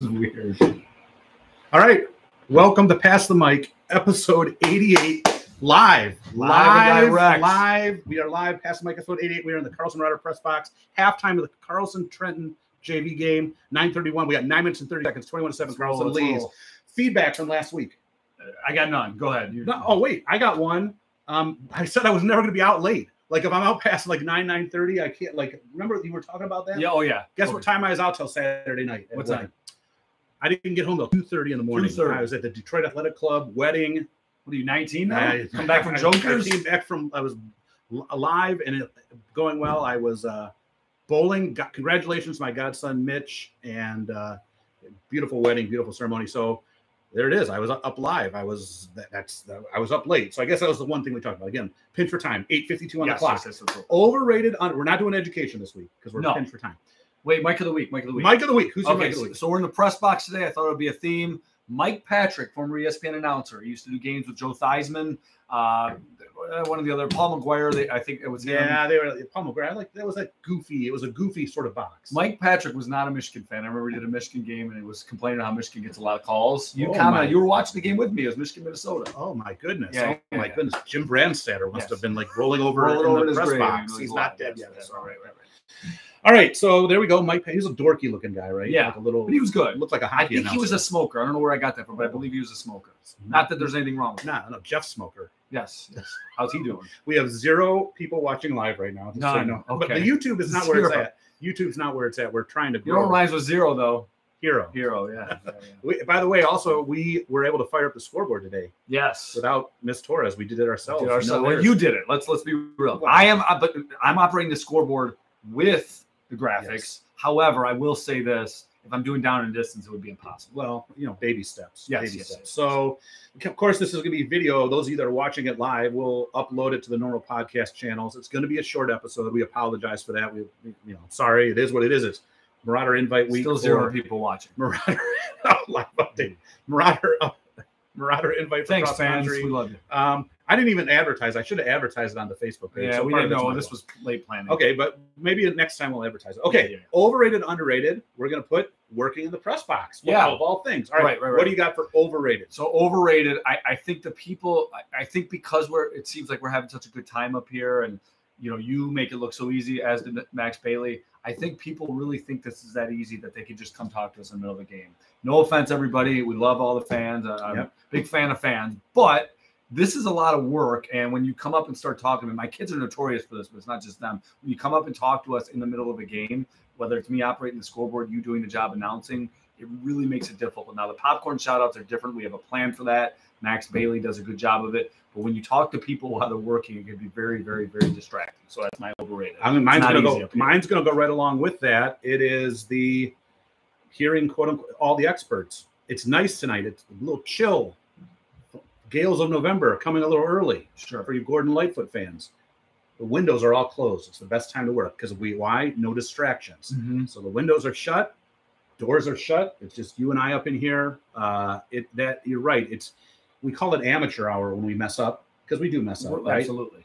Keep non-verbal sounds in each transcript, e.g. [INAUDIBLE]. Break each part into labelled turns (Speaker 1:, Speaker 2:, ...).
Speaker 1: is weird. All right. Welcome to Pass the Mic, episode 88, live. Live,
Speaker 2: Live and direct.
Speaker 1: live. We are live, Pass the Mic, episode 88. We are in the Carlson Rider press box, halftime of the Carlson Trenton JV game, 931. We got 9 minutes and 30 seconds, 21 to 7.
Speaker 2: Let's roll,
Speaker 1: Carlson
Speaker 2: let's
Speaker 1: leads.
Speaker 2: roll.
Speaker 1: Feedback from last week.
Speaker 2: I got none. Go ahead. You-
Speaker 1: No, oh, wait. I got one. Um, I said I was never going to be out late. Like if I'm out past like 9, 9 30, I can't like remember you were talking about that?
Speaker 2: Yeah. Oh yeah.
Speaker 1: Guess what time I was out till Saturday night?
Speaker 2: What
Speaker 1: Wedding.
Speaker 2: time?
Speaker 1: I didn't get home till two thirty in the morning.
Speaker 2: 2:30.
Speaker 1: I was at the Detroit Athletic Club wedding.
Speaker 2: What are you? Nineteen now?
Speaker 1: I-
Speaker 2: Come [LAUGHS] back from
Speaker 1: [LAUGHS] I-
Speaker 2: Junkers.
Speaker 1: I came back from. I was l- alive and it, going well. I was uh, bowling. Got, congratulations, to my godson Mitch, and uh, beautiful wedding, beautiful ceremony. So there it is. I was up live. I was that, that's I was up late. So I guess that was the one thing we talked about. Again, pinch for time. Eight fifty two on
Speaker 2: Yes,
Speaker 1: the clock.
Speaker 2: yes, yes, yes, yes.
Speaker 1: Overrated. On, we're not doing education this week because we're
Speaker 2: No.
Speaker 1: pinched for time.
Speaker 2: Wait, Mike of the week. Mike of the week.
Speaker 1: Mike of the week. Who's your
Speaker 2: Okay.
Speaker 1: Mike of the
Speaker 2: So,
Speaker 1: week?
Speaker 2: so we're in the press box today. I thought it would be a theme. Mike Patrick, former E ESPN announcer, he used to do games with Joe Theismann, uh, one of the other Paul McGuire. They, I think it was him.
Speaker 1: Yeah, they were like, pomegranate. Like that was like goofy. It was a goofy sort of box.
Speaker 2: Mike Patrick was not a Michigan fan. I remember he did a Michigan game and he was complaining how Michigan gets a lot of calls. You
Speaker 1: Oh,
Speaker 2: commented.
Speaker 1: my.
Speaker 2: You were watching the game with me. It was Michigan, Minnesota.
Speaker 1: oh my goodness.
Speaker 2: Yeah,
Speaker 1: oh my
Speaker 2: yeah.
Speaker 1: goodness. Jim Brandstatter must
Speaker 2: Yes.
Speaker 1: have been like rolling over
Speaker 2: Rolled
Speaker 1: in
Speaker 2: over
Speaker 1: the
Speaker 2: his
Speaker 1: press
Speaker 2: grave.
Speaker 1: box.
Speaker 2: He
Speaker 1: He's
Speaker 2: was
Speaker 1: not
Speaker 2: alive.
Speaker 1: dead
Speaker 2: Yes,
Speaker 1: yet.
Speaker 2: yes,
Speaker 1: so-
Speaker 2: all right, right, right.
Speaker 1: All right, so there we go. Mike, he's a dorky looking guy, right?
Speaker 2: Yeah.
Speaker 1: like a little.
Speaker 2: But he was good.
Speaker 1: looked like a hockey.
Speaker 2: I think he was a smoker. I don't know where I got that from, but I believe he was a smoker. Not that there's anything wrong with that.
Speaker 1: Nah, no, Jeff Smoker.
Speaker 2: Yes. yes. How's he doing?
Speaker 1: We have zero people watching live right now. Just so you
Speaker 2: None.
Speaker 1: know. But the
Speaker 2: Okay.
Speaker 1: YouTube is not where it's
Speaker 2: Zero.
Speaker 1: at. YouTube's not where it's at. We're trying to
Speaker 2: You know
Speaker 1: grow
Speaker 2: what rhymes with zero, though?
Speaker 1: hero.
Speaker 2: Hero, [LAUGHS] yeah. yeah, yeah.
Speaker 1: We, by the way, also we were able to fire up the scoreboard today
Speaker 2: Yes.
Speaker 1: without Miss Torres. We did it ourselves.
Speaker 2: Dude,
Speaker 1: No
Speaker 2: our- so- well,
Speaker 1: errors.
Speaker 2: you did it. Let's let's be real.
Speaker 1: Wow.
Speaker 2: I am, I- but I'm operating the scoreboard with the graphics.
Speaker 1: Yes.
Speaker 2: However, I will say this: if I'm doing down and distance, it would be impossible.
Speaker 1: well, you know, baby steps.
Speaker 2: Yes,
Speaker 1: baby
Speaker 2: yes,
Speaker 1: steps.
Speaker 2: yes.
Speaker 1: So, of course, this is going to be video. Those of you that are watching it live, we'll upload it to the normal podcast channels. It's going to be a short episode. We apologize for that. We, you know, sorry. It is what it is. It's Marauder Invite Week.
Speaker 2: Still
Speaker 1: for
Speaker 2: zero people watching.
Speaker 1: Marauder [LAUGHS] oh, live update. Marauder uh, Marauder Invite for
Speaker 2: Thanks,
Speaker 1: cross
Speaker 2: fans. We
Speaker 1: country.
Speaker 2: love you.
Speaker 1: Um, I didn't even advertise. I should have advertised it on the Facebook page.
Speaker 2: Yeah,
Speaker 1: So
Speaker 2: we
Speaker 1: part
Speaker 2: didn't
Speaker 1: of it's
Speaker 2: know
Speaker 1: my
Speaker 2: this
Speaker 1: fault.
Speaker 2: was late planning.
Speaker 1: Okay, but maybe next time we'll advertise it. Okay,
Speaker 2: Yeah, yeah.
Speaker 1: overrated, underrated. We're gonna put working in the press box. Well,
Speaker 2: Yeah.
Speaker 1: of all things. All right,
Speaker 2: Right, right,
Speaker 1: What
Speaker 2: right.
Speaker 1: do you got for overrated?
Speaker 2: So overrated. I, I think the people. I, I think because we're. It seems like we're having such a good time up here, and you know, you make it look so easy, as did Max Bailey. I think people really think this is that easy that they can just come talk to us in the middle of the game. No offense, everybody. We love all the fans. I- I'm a
Speaker 1: Yep.
Speaker 2: big fan of fans, but this is a lot of work. And when you come up and start talking, and my kids are notorious for this, but it's not just them. When you come up and talk to us in the middle of a game, whether it's me operating the scoreboard, you doing the job announcing, it really makes it difficult. Now the popcorn shout outs are different. We have a plan for that. Max Bailey does a good job of it. But when you talk to people [LAUGHS] while they're working, it can be very, very, very distracting. So that's my overrated.
Speaker 1: I mean, mine's
Speaker 2: not
Speaker 1: gonna
Speaker 2: easy
Speaker 1: go.
Speaker 2: up here.
Speaker 1: Mine's gonna go right along with that. It is the hearing quote unquote all the experts. It's nice tonight. It's a little chill. Gales of November are coming a little early
Speaker 2: Sure.
Speaker 1: for you Gordon Lightfoot fans. The windows are all closed. It's the best time to work because we why no distractions. So the windows are shut, doors are shut. It's just you and I up in here. Uh, it that you're right. It's we call it amateur hour when we mess up because we do mess up, right?
Speaker 2: Absolutely.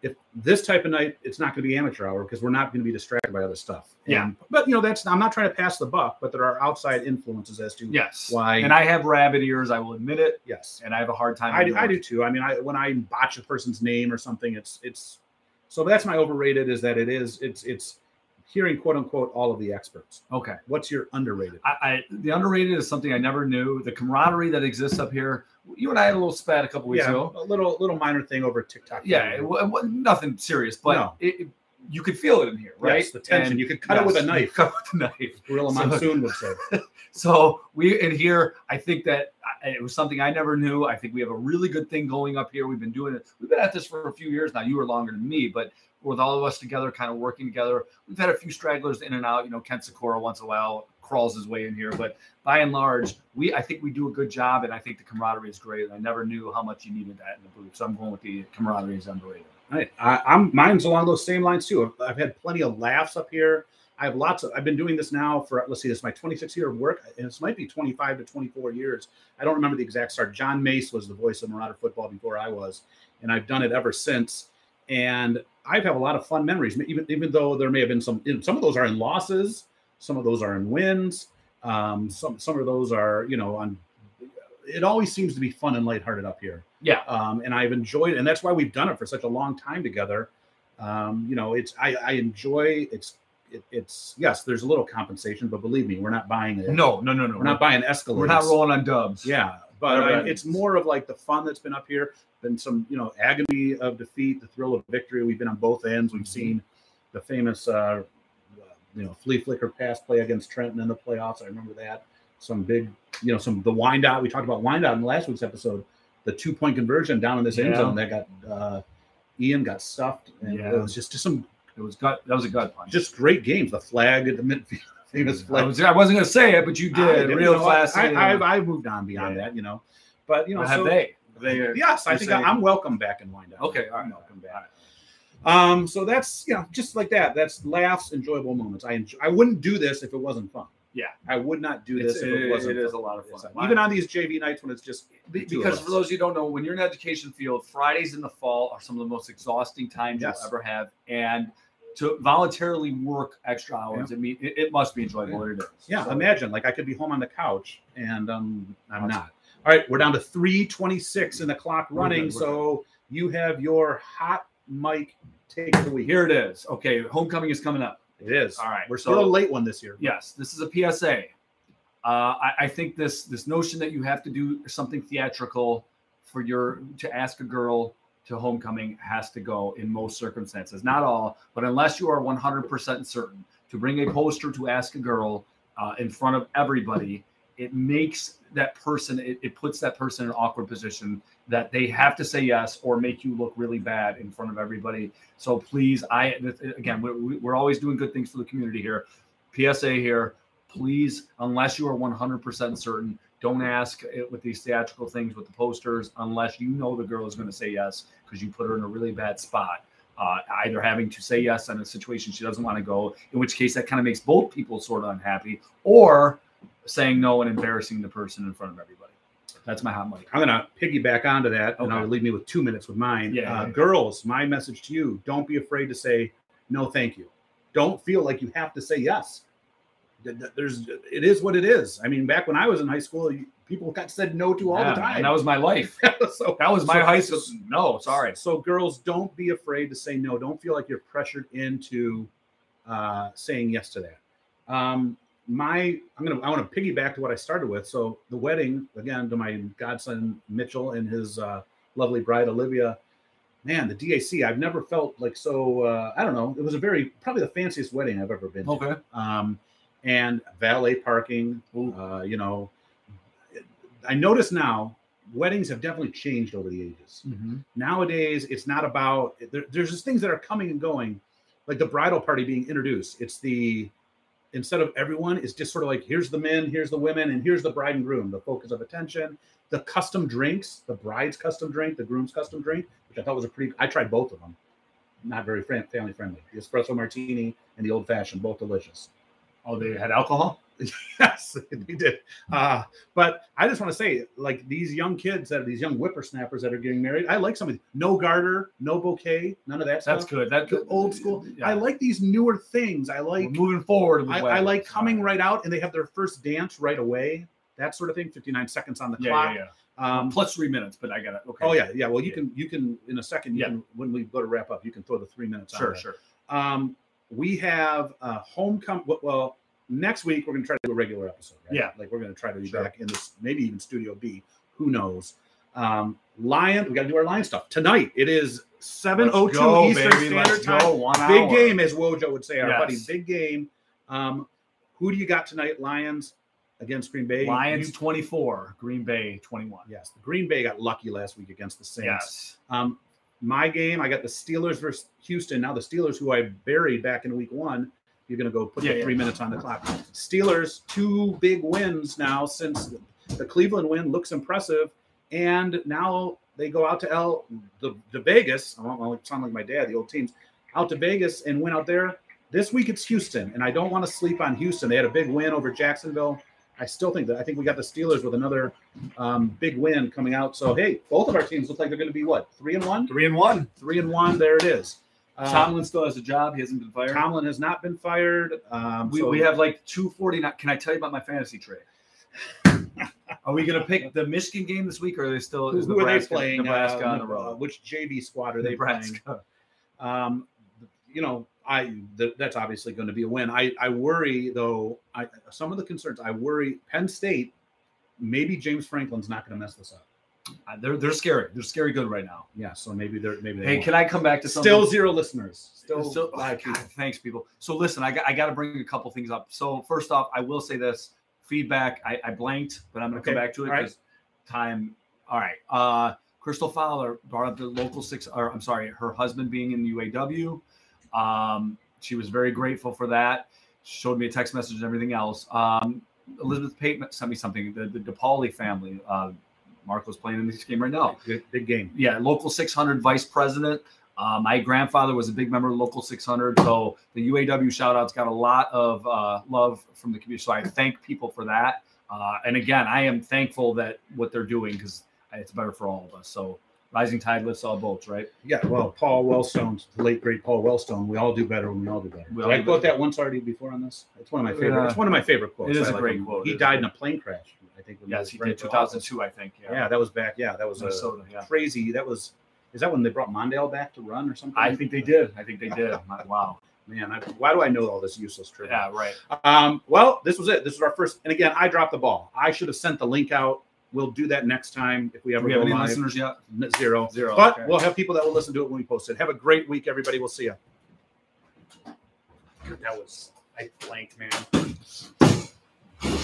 Speaker 1: If this type of night, it's not going to be amateur hour because we're not going to be distracted by other stuff.
Speaker 2: Yeah.
Speaker 1: And- but you know that's I'm not trying to pass the buck, but there are outside influences as to
Speaker 2: Yes.
Speaker 1: why.
Speaker 2: And I have rabbit ears, I will admit it.
Speaker 1: yes,
Speaker 2: And I have a hard time.
Speaker 1: I do,
Speaker 2: ignoring
Speaker 1: I do
Speaker 2: it.
Speaker 1: too. I mean, I when I botch a person's name or something, it's it's so that's my overrated is that it is it's it's hearing quote unquote all of the experts.
Speaker 2: Okay.
Speaker 1: What's your underrated?
Speaker 2: I, I the underrated is something I never knew. The camaraderie that exists up here. You and I had a little spat a couple weeks ago.
Speaker 1: a little little minor thing over TikTok.
Speaker 2: Yeah, it, wa- it wa- nothing serious, but
Speaker 1: No.
Speaker 2: it, it- you could feel it in here, right?
Speaker 1: Yes, the tension.
Speaker 2: And-
Speaker 1: You could cut it with a knife.
Speaker 2: you could Cut it with a knife.
Speaker 1: Gorilla
Speaker 2: So-
Speaker 1: Monsoon would say.
Speaker 2: So we in here, I think that I, it was something I never knew. I think we have a really good thing going up here. We've been doing it. We've been at this for a few years now. You were longer than me, but with all of us together, kind of working together, we've had a few stragglers in and out. You know, Kent Sakura once in a while crawls his way in here, but by and large, we I think we do a good job, and I think the camaraderie is great. And I never knew how much you needed that in the booth, so I'm going with the camaraderie is underrated.
Speaker 1: All right, I, I'm mine's along those same lines too. I've, I've had plenty of laughs up here. I have lots of. I've been doing this now for let's see, this is my 26th year of work, and this might be 25 to 24 years. I don't remember the exact start. John Mace was the voice of Marauder football before I was, and I've done it ever since. And I've had a lot of fun memories, even even though there may have been some. Some of those are in losses, some of those are in wins. Um, some some of those are you know on. It always seems to be fun and lighthearted up here.
Speaker 2: Yeah.
Speaker 1: Um, and I've enjoyed, and that's why we've done it for such a long time together. Um, you know, it's I I enjoy it's it, it's yes, there's a little compensation, but believe me, we're not buying it.
Speaker 2: No, no, no, no.
Speaker 1: we're not buying escalators.
Speaker 2: We're not rolling on dubs.
Speaker 1: Yeah, but
Speaker 2: Whatever
Speaker 1: I-
Speaker 2: that
Speaker 1: it's
Speaker 2: means.
Speaker 1: more of like the fun that's been up here than some, you know, agony of defeat, the thrill of victory. We've been on both ends. We've seen
Speaker 2: Mm-hmm.
Speaker 1: the famous, uh, you know, flea flicker pass play against Trenton in the playoffs. I remember that. Some big, you know, some the wind out. We talked about wind out in last week's episode. The two point conversion down in this end
Speaker 2: Yeah.
Speaker 1: zone that got uh, Ian got stuffed, and
Speaker 2: Yeah.
Speaker 1: it was just just some
Speaker 2: It was gut. That was a gut punch.
Speaker 1: just great games. The flag at the midfield, [LAUGHS] famous
Speaker 2: I,
Speaker 1: flag.
Speaker 2: was, I wasn't going to say it, but Mm-hmm. Oh, you
Speaker 1: I
Speaker 2: did.
Speaker 1: didn't
Speaker 2: Real
Speaker 1: know.
Speaker 2: classy.
Speaker 1: I,
Speaker 2: and-
Speaker 1: I, I've, I've moved on beyond
Speaker 2: Yeah.
Speaker 1: that, you know. But you know,
Speaker 2: Or have
Speaker 1: so-
Speaker 2: they?
Speaker 1: They
Speaker 2: They're-
Speaker 1: yes, I
Speaker 2: you're
Speaker 1: think
Speaker 2: saying-
Speaker 1: I'm welcome back in wind down.
Speaker 2: Okay, all
Speaker 1: I'm
Speaker 2: right,
Speaker 1: welcome
Speaker 2: all
Speaker 1: back. Um, so that's you know just like that. That's laughs, enjoyable moments. I enjoy, I wouldn't do this if it wasn't fun.
Speaker 2: Yeah.
Speaker 1: I would not do
Speaker 2: It's-
Speaker 1: this if it,
Speaker 2: it-
Speaker 1: wasn't.
Speaker 2: it is
Speaker 1: fun.
Speaker 2: a lot of fun.
Speaker 1: It's- Even on these JV nights when it's just
Speaker 2: Be-
Speaker 1: two of
Speaker 2: because
Speaker 1: us.
Speaker 2: for those who don't know, when you're in the education field, Fridays in the fall are some of the most exhausting times
Speaker 1: Yes.
Speaker 2: you'll ever have. And to voluntarily work extra hours, it, mean, it, it must be enjoyable. and It is.
Speaker 1: yeah.
Speaker 2: So,
Speaker 1: Imagine like I could be home on the couch and um I'm
Speaker 2: That's-
Speaker 1: not. All right, we're down to three twenty six in the clock
Speaker 2: We're good,
Speaker 1: running.
Speaker 2: we're
Speaker 1: so you have your hot mic take of the week.
Speaker 2: here it is. Okay, homecoming is coming up.
Speaker 1: It is.
Speaker 2: All right,
Speaker 1: we're
Speaker 2: so-
Speaker 1: still a late one this year.
Speaker 2: Yes, this is a PSA. Uh, I, I think this this notion that you have to do something theatrical for your to ask a girl to homecoming has to go in most circumstances, not all, but unless you are 100% certain to bring a poster to ask a girl uh, in front of everybody, it makes that person it, it puts that person in an awkward position that they have to say yes or make you look really bad in front of everybody. So please, I again, we're, we're always doing good things for the community here. PSA here. Please, unless you are 100% certain, don't ask it with these theatrical things with the posters unless you know the girl is going to say yes because you put her in a really bad spot. Uh, either having to say yes in a situation she doesn't want to go, in which case that kind of makes both people sort of unhappy, or saying no and embarrassing the person in front of everybody. That's my hot mic.
Speaker 1: I'm gonna piggyback onto that, and
Speaker 2: Okay.
Speaker 1: I'll leave me with two minutes with mine.
Speaker 2: Yeah,
Speaker 1: uh,
Speaker 2: yeah, yeah.
Speaker 1: Girls, my message to you: don't be afraid to say no, thank you. Don't feel like you have to say yes. Th- th- There's, it is what it is. I mean, back when I was in high school, you- people got said no to all
Speaker 2: Yeah,
Speaker 1: the time.
Speaker 2: And that was my life.
Speaker 1: [LAUGHS] so,
Speaker 2: That was my
Speaker 1: [LAUGHS] So-
Speaker 2: high school. No, sorry.
Speaker 1: So, girls, don't be afraid to say no. Don't feel like you're pressured into uh, saying yes to that. Um, my, I'm gonna, I want to piggyback to what I started with. So, the wedding again to my godson Mitchell and his uh, lovely bride Olivia. Man, the DAC. I've never felt like so. Uh, I don't know. It was a very probably the fanciest wedding I've ever been. to
Speaker 2: Okay.
Speaker 1: um, and valet parking.
Speaker 2: Oh. Ooh.
Speaker 1: Uh, you know, I notice now weddings have definitely changed over the ages.
Speaker 2: Mm-hmm.
Speaker 1: Nowadays, it's not about there, there's just things that are coming and going, like the bridal party being introduced. It's the instead of everyone, it's just sort of like here's the men, here's the women, and here's the bride and groom. The focus of attention, the custom drinks, the bride's custom drink, the groom's custom drink, which I thought was a pretty. I tried both of them. Not very fam- family friendly. The espresso martini and the old fashioned, both delicious.
Speaker 2: Oh, they had alcohol?
Speaker 1: Yes, [LAUGHS] they did. Uh, but I just want to say, like these young kids that are these young whippersnappers that are getting married, I like some of these. No garter, no bouquet, none of that
Speaker 2: That's
Speaker 1: stuff.
Speaker 2: good. That
Speaker 1: Uh, The old school.
Speaker 2: Yeah.
Speaker 1: I like these newer things. I
Speaker 2: We're
Speaker 1: like
Speaker 2: moving forward. with
Speaker 1: I, I
Speaker 2: weddings.
Speaker 1: like coming right out and they have their first dance right away. That sort of thing. 59 seconds on the
Speaker 2: Yeah,
Speaker 1: clock.
Speaker 2: yeah, yeah.
Speaker 1: Um,
Speaker 2: Plus three minutes, but I got it. Okay.
Speaker 1: oh yeah, yeah. Well, you
Speaker 2: Yeah.
Speaker 1: can you can in a second. You
Speaker 2: Yeah.
Speaker 1: can, when we go to wrap up, you can throw the three minutes. on
Speaker 2: Sure,
Speaker 1: there.
Speaker 2: sure.
Speaker 1: Um, we have a homecoming. Well, next week we're going to try to do a regular episode. Right?
Speaker 2: Yeah.
Speaker 1: like we're going to try to be
Speaker 2: Sure.
Speaker 1: back in this, maybe even Studio B. Who knows? Um, Lion, we got to do our Lion stuff tonight. It is seven oh
Speaker 2: Let's
Speaker 1: two
Speaker 2: go,
Speaker 1: Eastern
Speaker 2: baby.
Speaker 1: Standard
Speaker 2: Let's
Speaker 1: Time.
Speaker 2: go. One
Speaker 1: Big
Speaker 2: hour.
Speaker 1: game, as Wojo would say, our buddy.
Speaker 2: Yes.
Speaker 1: Big game. Um, who do you got tonight? Lions against Green Bay.
Speaker 2: Lions
Speaker 1: You-
Speaker 2: 24, Green Bay 21.
Speaker 1: yes, the Green Bay got lucky last week against the Saints.
Speaker 2: Yes.
Speaker 1: Um, my game, I got the Steelers versus Houston. Now the Steelers, who I buried back in week one, you're going to go put
Speaker 2: Yeah,
Speaker 1: the
Speaker 2: yeah.
Speaker 1: three minutes on the clock. Steelers, two big wins now since the Cleveland win looks impressive, and now they go out to L the, the Vegas. I don't want to sound like my dad. The old teams out to Vegas and win out there. This week it's Houston, and I don't want to sleep on Houston. They had a big win over Jacksonville. I still think that I think we got the Steelers with another um, big win coming out. So hey, both of our teams look like they're going to be what three and one,
Speaker 2: Three and one.
Speaker 1: three and one. There it is. Uh,
Speaker 2: Tomlin still has a job. He hasn't been fired.
Speaker 1: Tomlin has not been fired. Um,
Speaker 2: we,
Speaker 1: so-
Speaker 2: we have like 249. Can I tell you about my fantasy
Speaker 1: [LAUGHS]
Speaker 2: trade? are we going to pick the Michigan game this week, or are they still
Speaker 1: who,
Speaker 2: is
Speaker 1: who are they
Speaker 2: Nebraska,
Speaker 1: playing?
Speaker 2: Nebraska
Speaker 1: uh,
Speaker 2: on the
Speaker 1: uh,
Speaker 2: road?
Speaker 1: Which JV squad are they
Speaker 2: Nebraska.
Speaker 1: playing? Um, you know, I th- that's obviously going to be a win. I I worry though. I some of the concerns. I worry Penn State. Maybe James Franklin's not going to mess this up.
Speaker 2: Uh, They're they're scary. They're scary good right now.
Speaker 1: Yeah, so maybe they're maybe they
Speaker 2: Hey,
Speaker 1: won't.
Speaker 2: can I come back to something?
Speaker 1: still zero listeners. Still,
Speaker 2: Still- oh, [LAUGHS]
Speaker 1: live
Speaker 2: God,
Speaker 1: people.
Speaker 2: thanks, people. So listen, I got, I got to bring a couple things up. So first off, I will say this feedback. I, I blanked, but I'm going to
Speaker 1: Okay,
Speaker 2: come back to it
Speaker 1: all right.
Speaker 2: because time. All right. Uh, Crystal Fowler brought up the local six, or I'm sorry, her husband being in the UAW. Um, she was very grateful for that. She showed me a text message and everything else. Um, Elizabeth Pate sent me something. The, the DePauli family, uh, Marco's playing in this game right now
Speaker 1: Good, big game.
Speaker 2: yeah, local 600 vice president. Uh, my grandfather was a big member of local 600, so the UAW shout outs got a lot of uh, love from the community. So I thank people for that. Uh, and again, I am thankful that what they're doing because it's better for all of us. So rising tide lifts all boats, right?
Speaker 1: Yeah, well, Paul Wellstone, the late great Paul Wellstone, we all do better when we all do better.
Speaker 2: We
Speaker 1: Did
Speaker 2: all
Speaker 1: I
Speaker 2: do
Speaker 1: quote
Speaker 2: better.
Speaker 1: that once already before on this? It's one of my favorite.
Speaker 2: Yeah.
Speaker 1: it's one of my favorite quotes.
Speaker 2: It is
Speaker 1: I
Speaker 2: a
Speaker 1: like
Speaker 2: great
Speaker 1: him.
Speaker 2: quote,
Speaker 1: He
Speaker 2: isn't
Speaker 1: died
Speaker 2: it?
Speaker 1: in a plane crash. I think. when
Speaker 2: Yes,
Speaker 1: was
Speaker 2: he
Speaker 1: right
Speaker 2: did
Speaker 1: at the office.
Speaker 2: 2002, I think.
Speaker 1: Yeah. that was back. Yeah, that was a
Speaker 2: Minnesota. Yeah.
Speaker 1: crazy. That was. Is that when they brought Mondale back to run or something?
Speaker 2: I think they did. I think they did. Wow.
Speaker 1: Man, I, why do I know all this useless trivia?
Speaker 2: Yeah, right.
Speaker 1: Um, well, this was it. This was our first. And again, I dropped the ball. I should have sent the link out. We'll do that next time if we
Speaker 2: Do
Speaker 1: ever
Speaker 2: we
Speaker 1: go
Speaker 2: have any
Speaker 1: live.
Speaker 2: listeners yet?
Speaker 1: N- Zero.
Speaker 2: Zero.
Speaker 1: But
Speaker 2: okay.
Speaker 1: we'll have people that will listen to it when we post it. Have a great week, everybody. We'll see you. That was I blanked, man.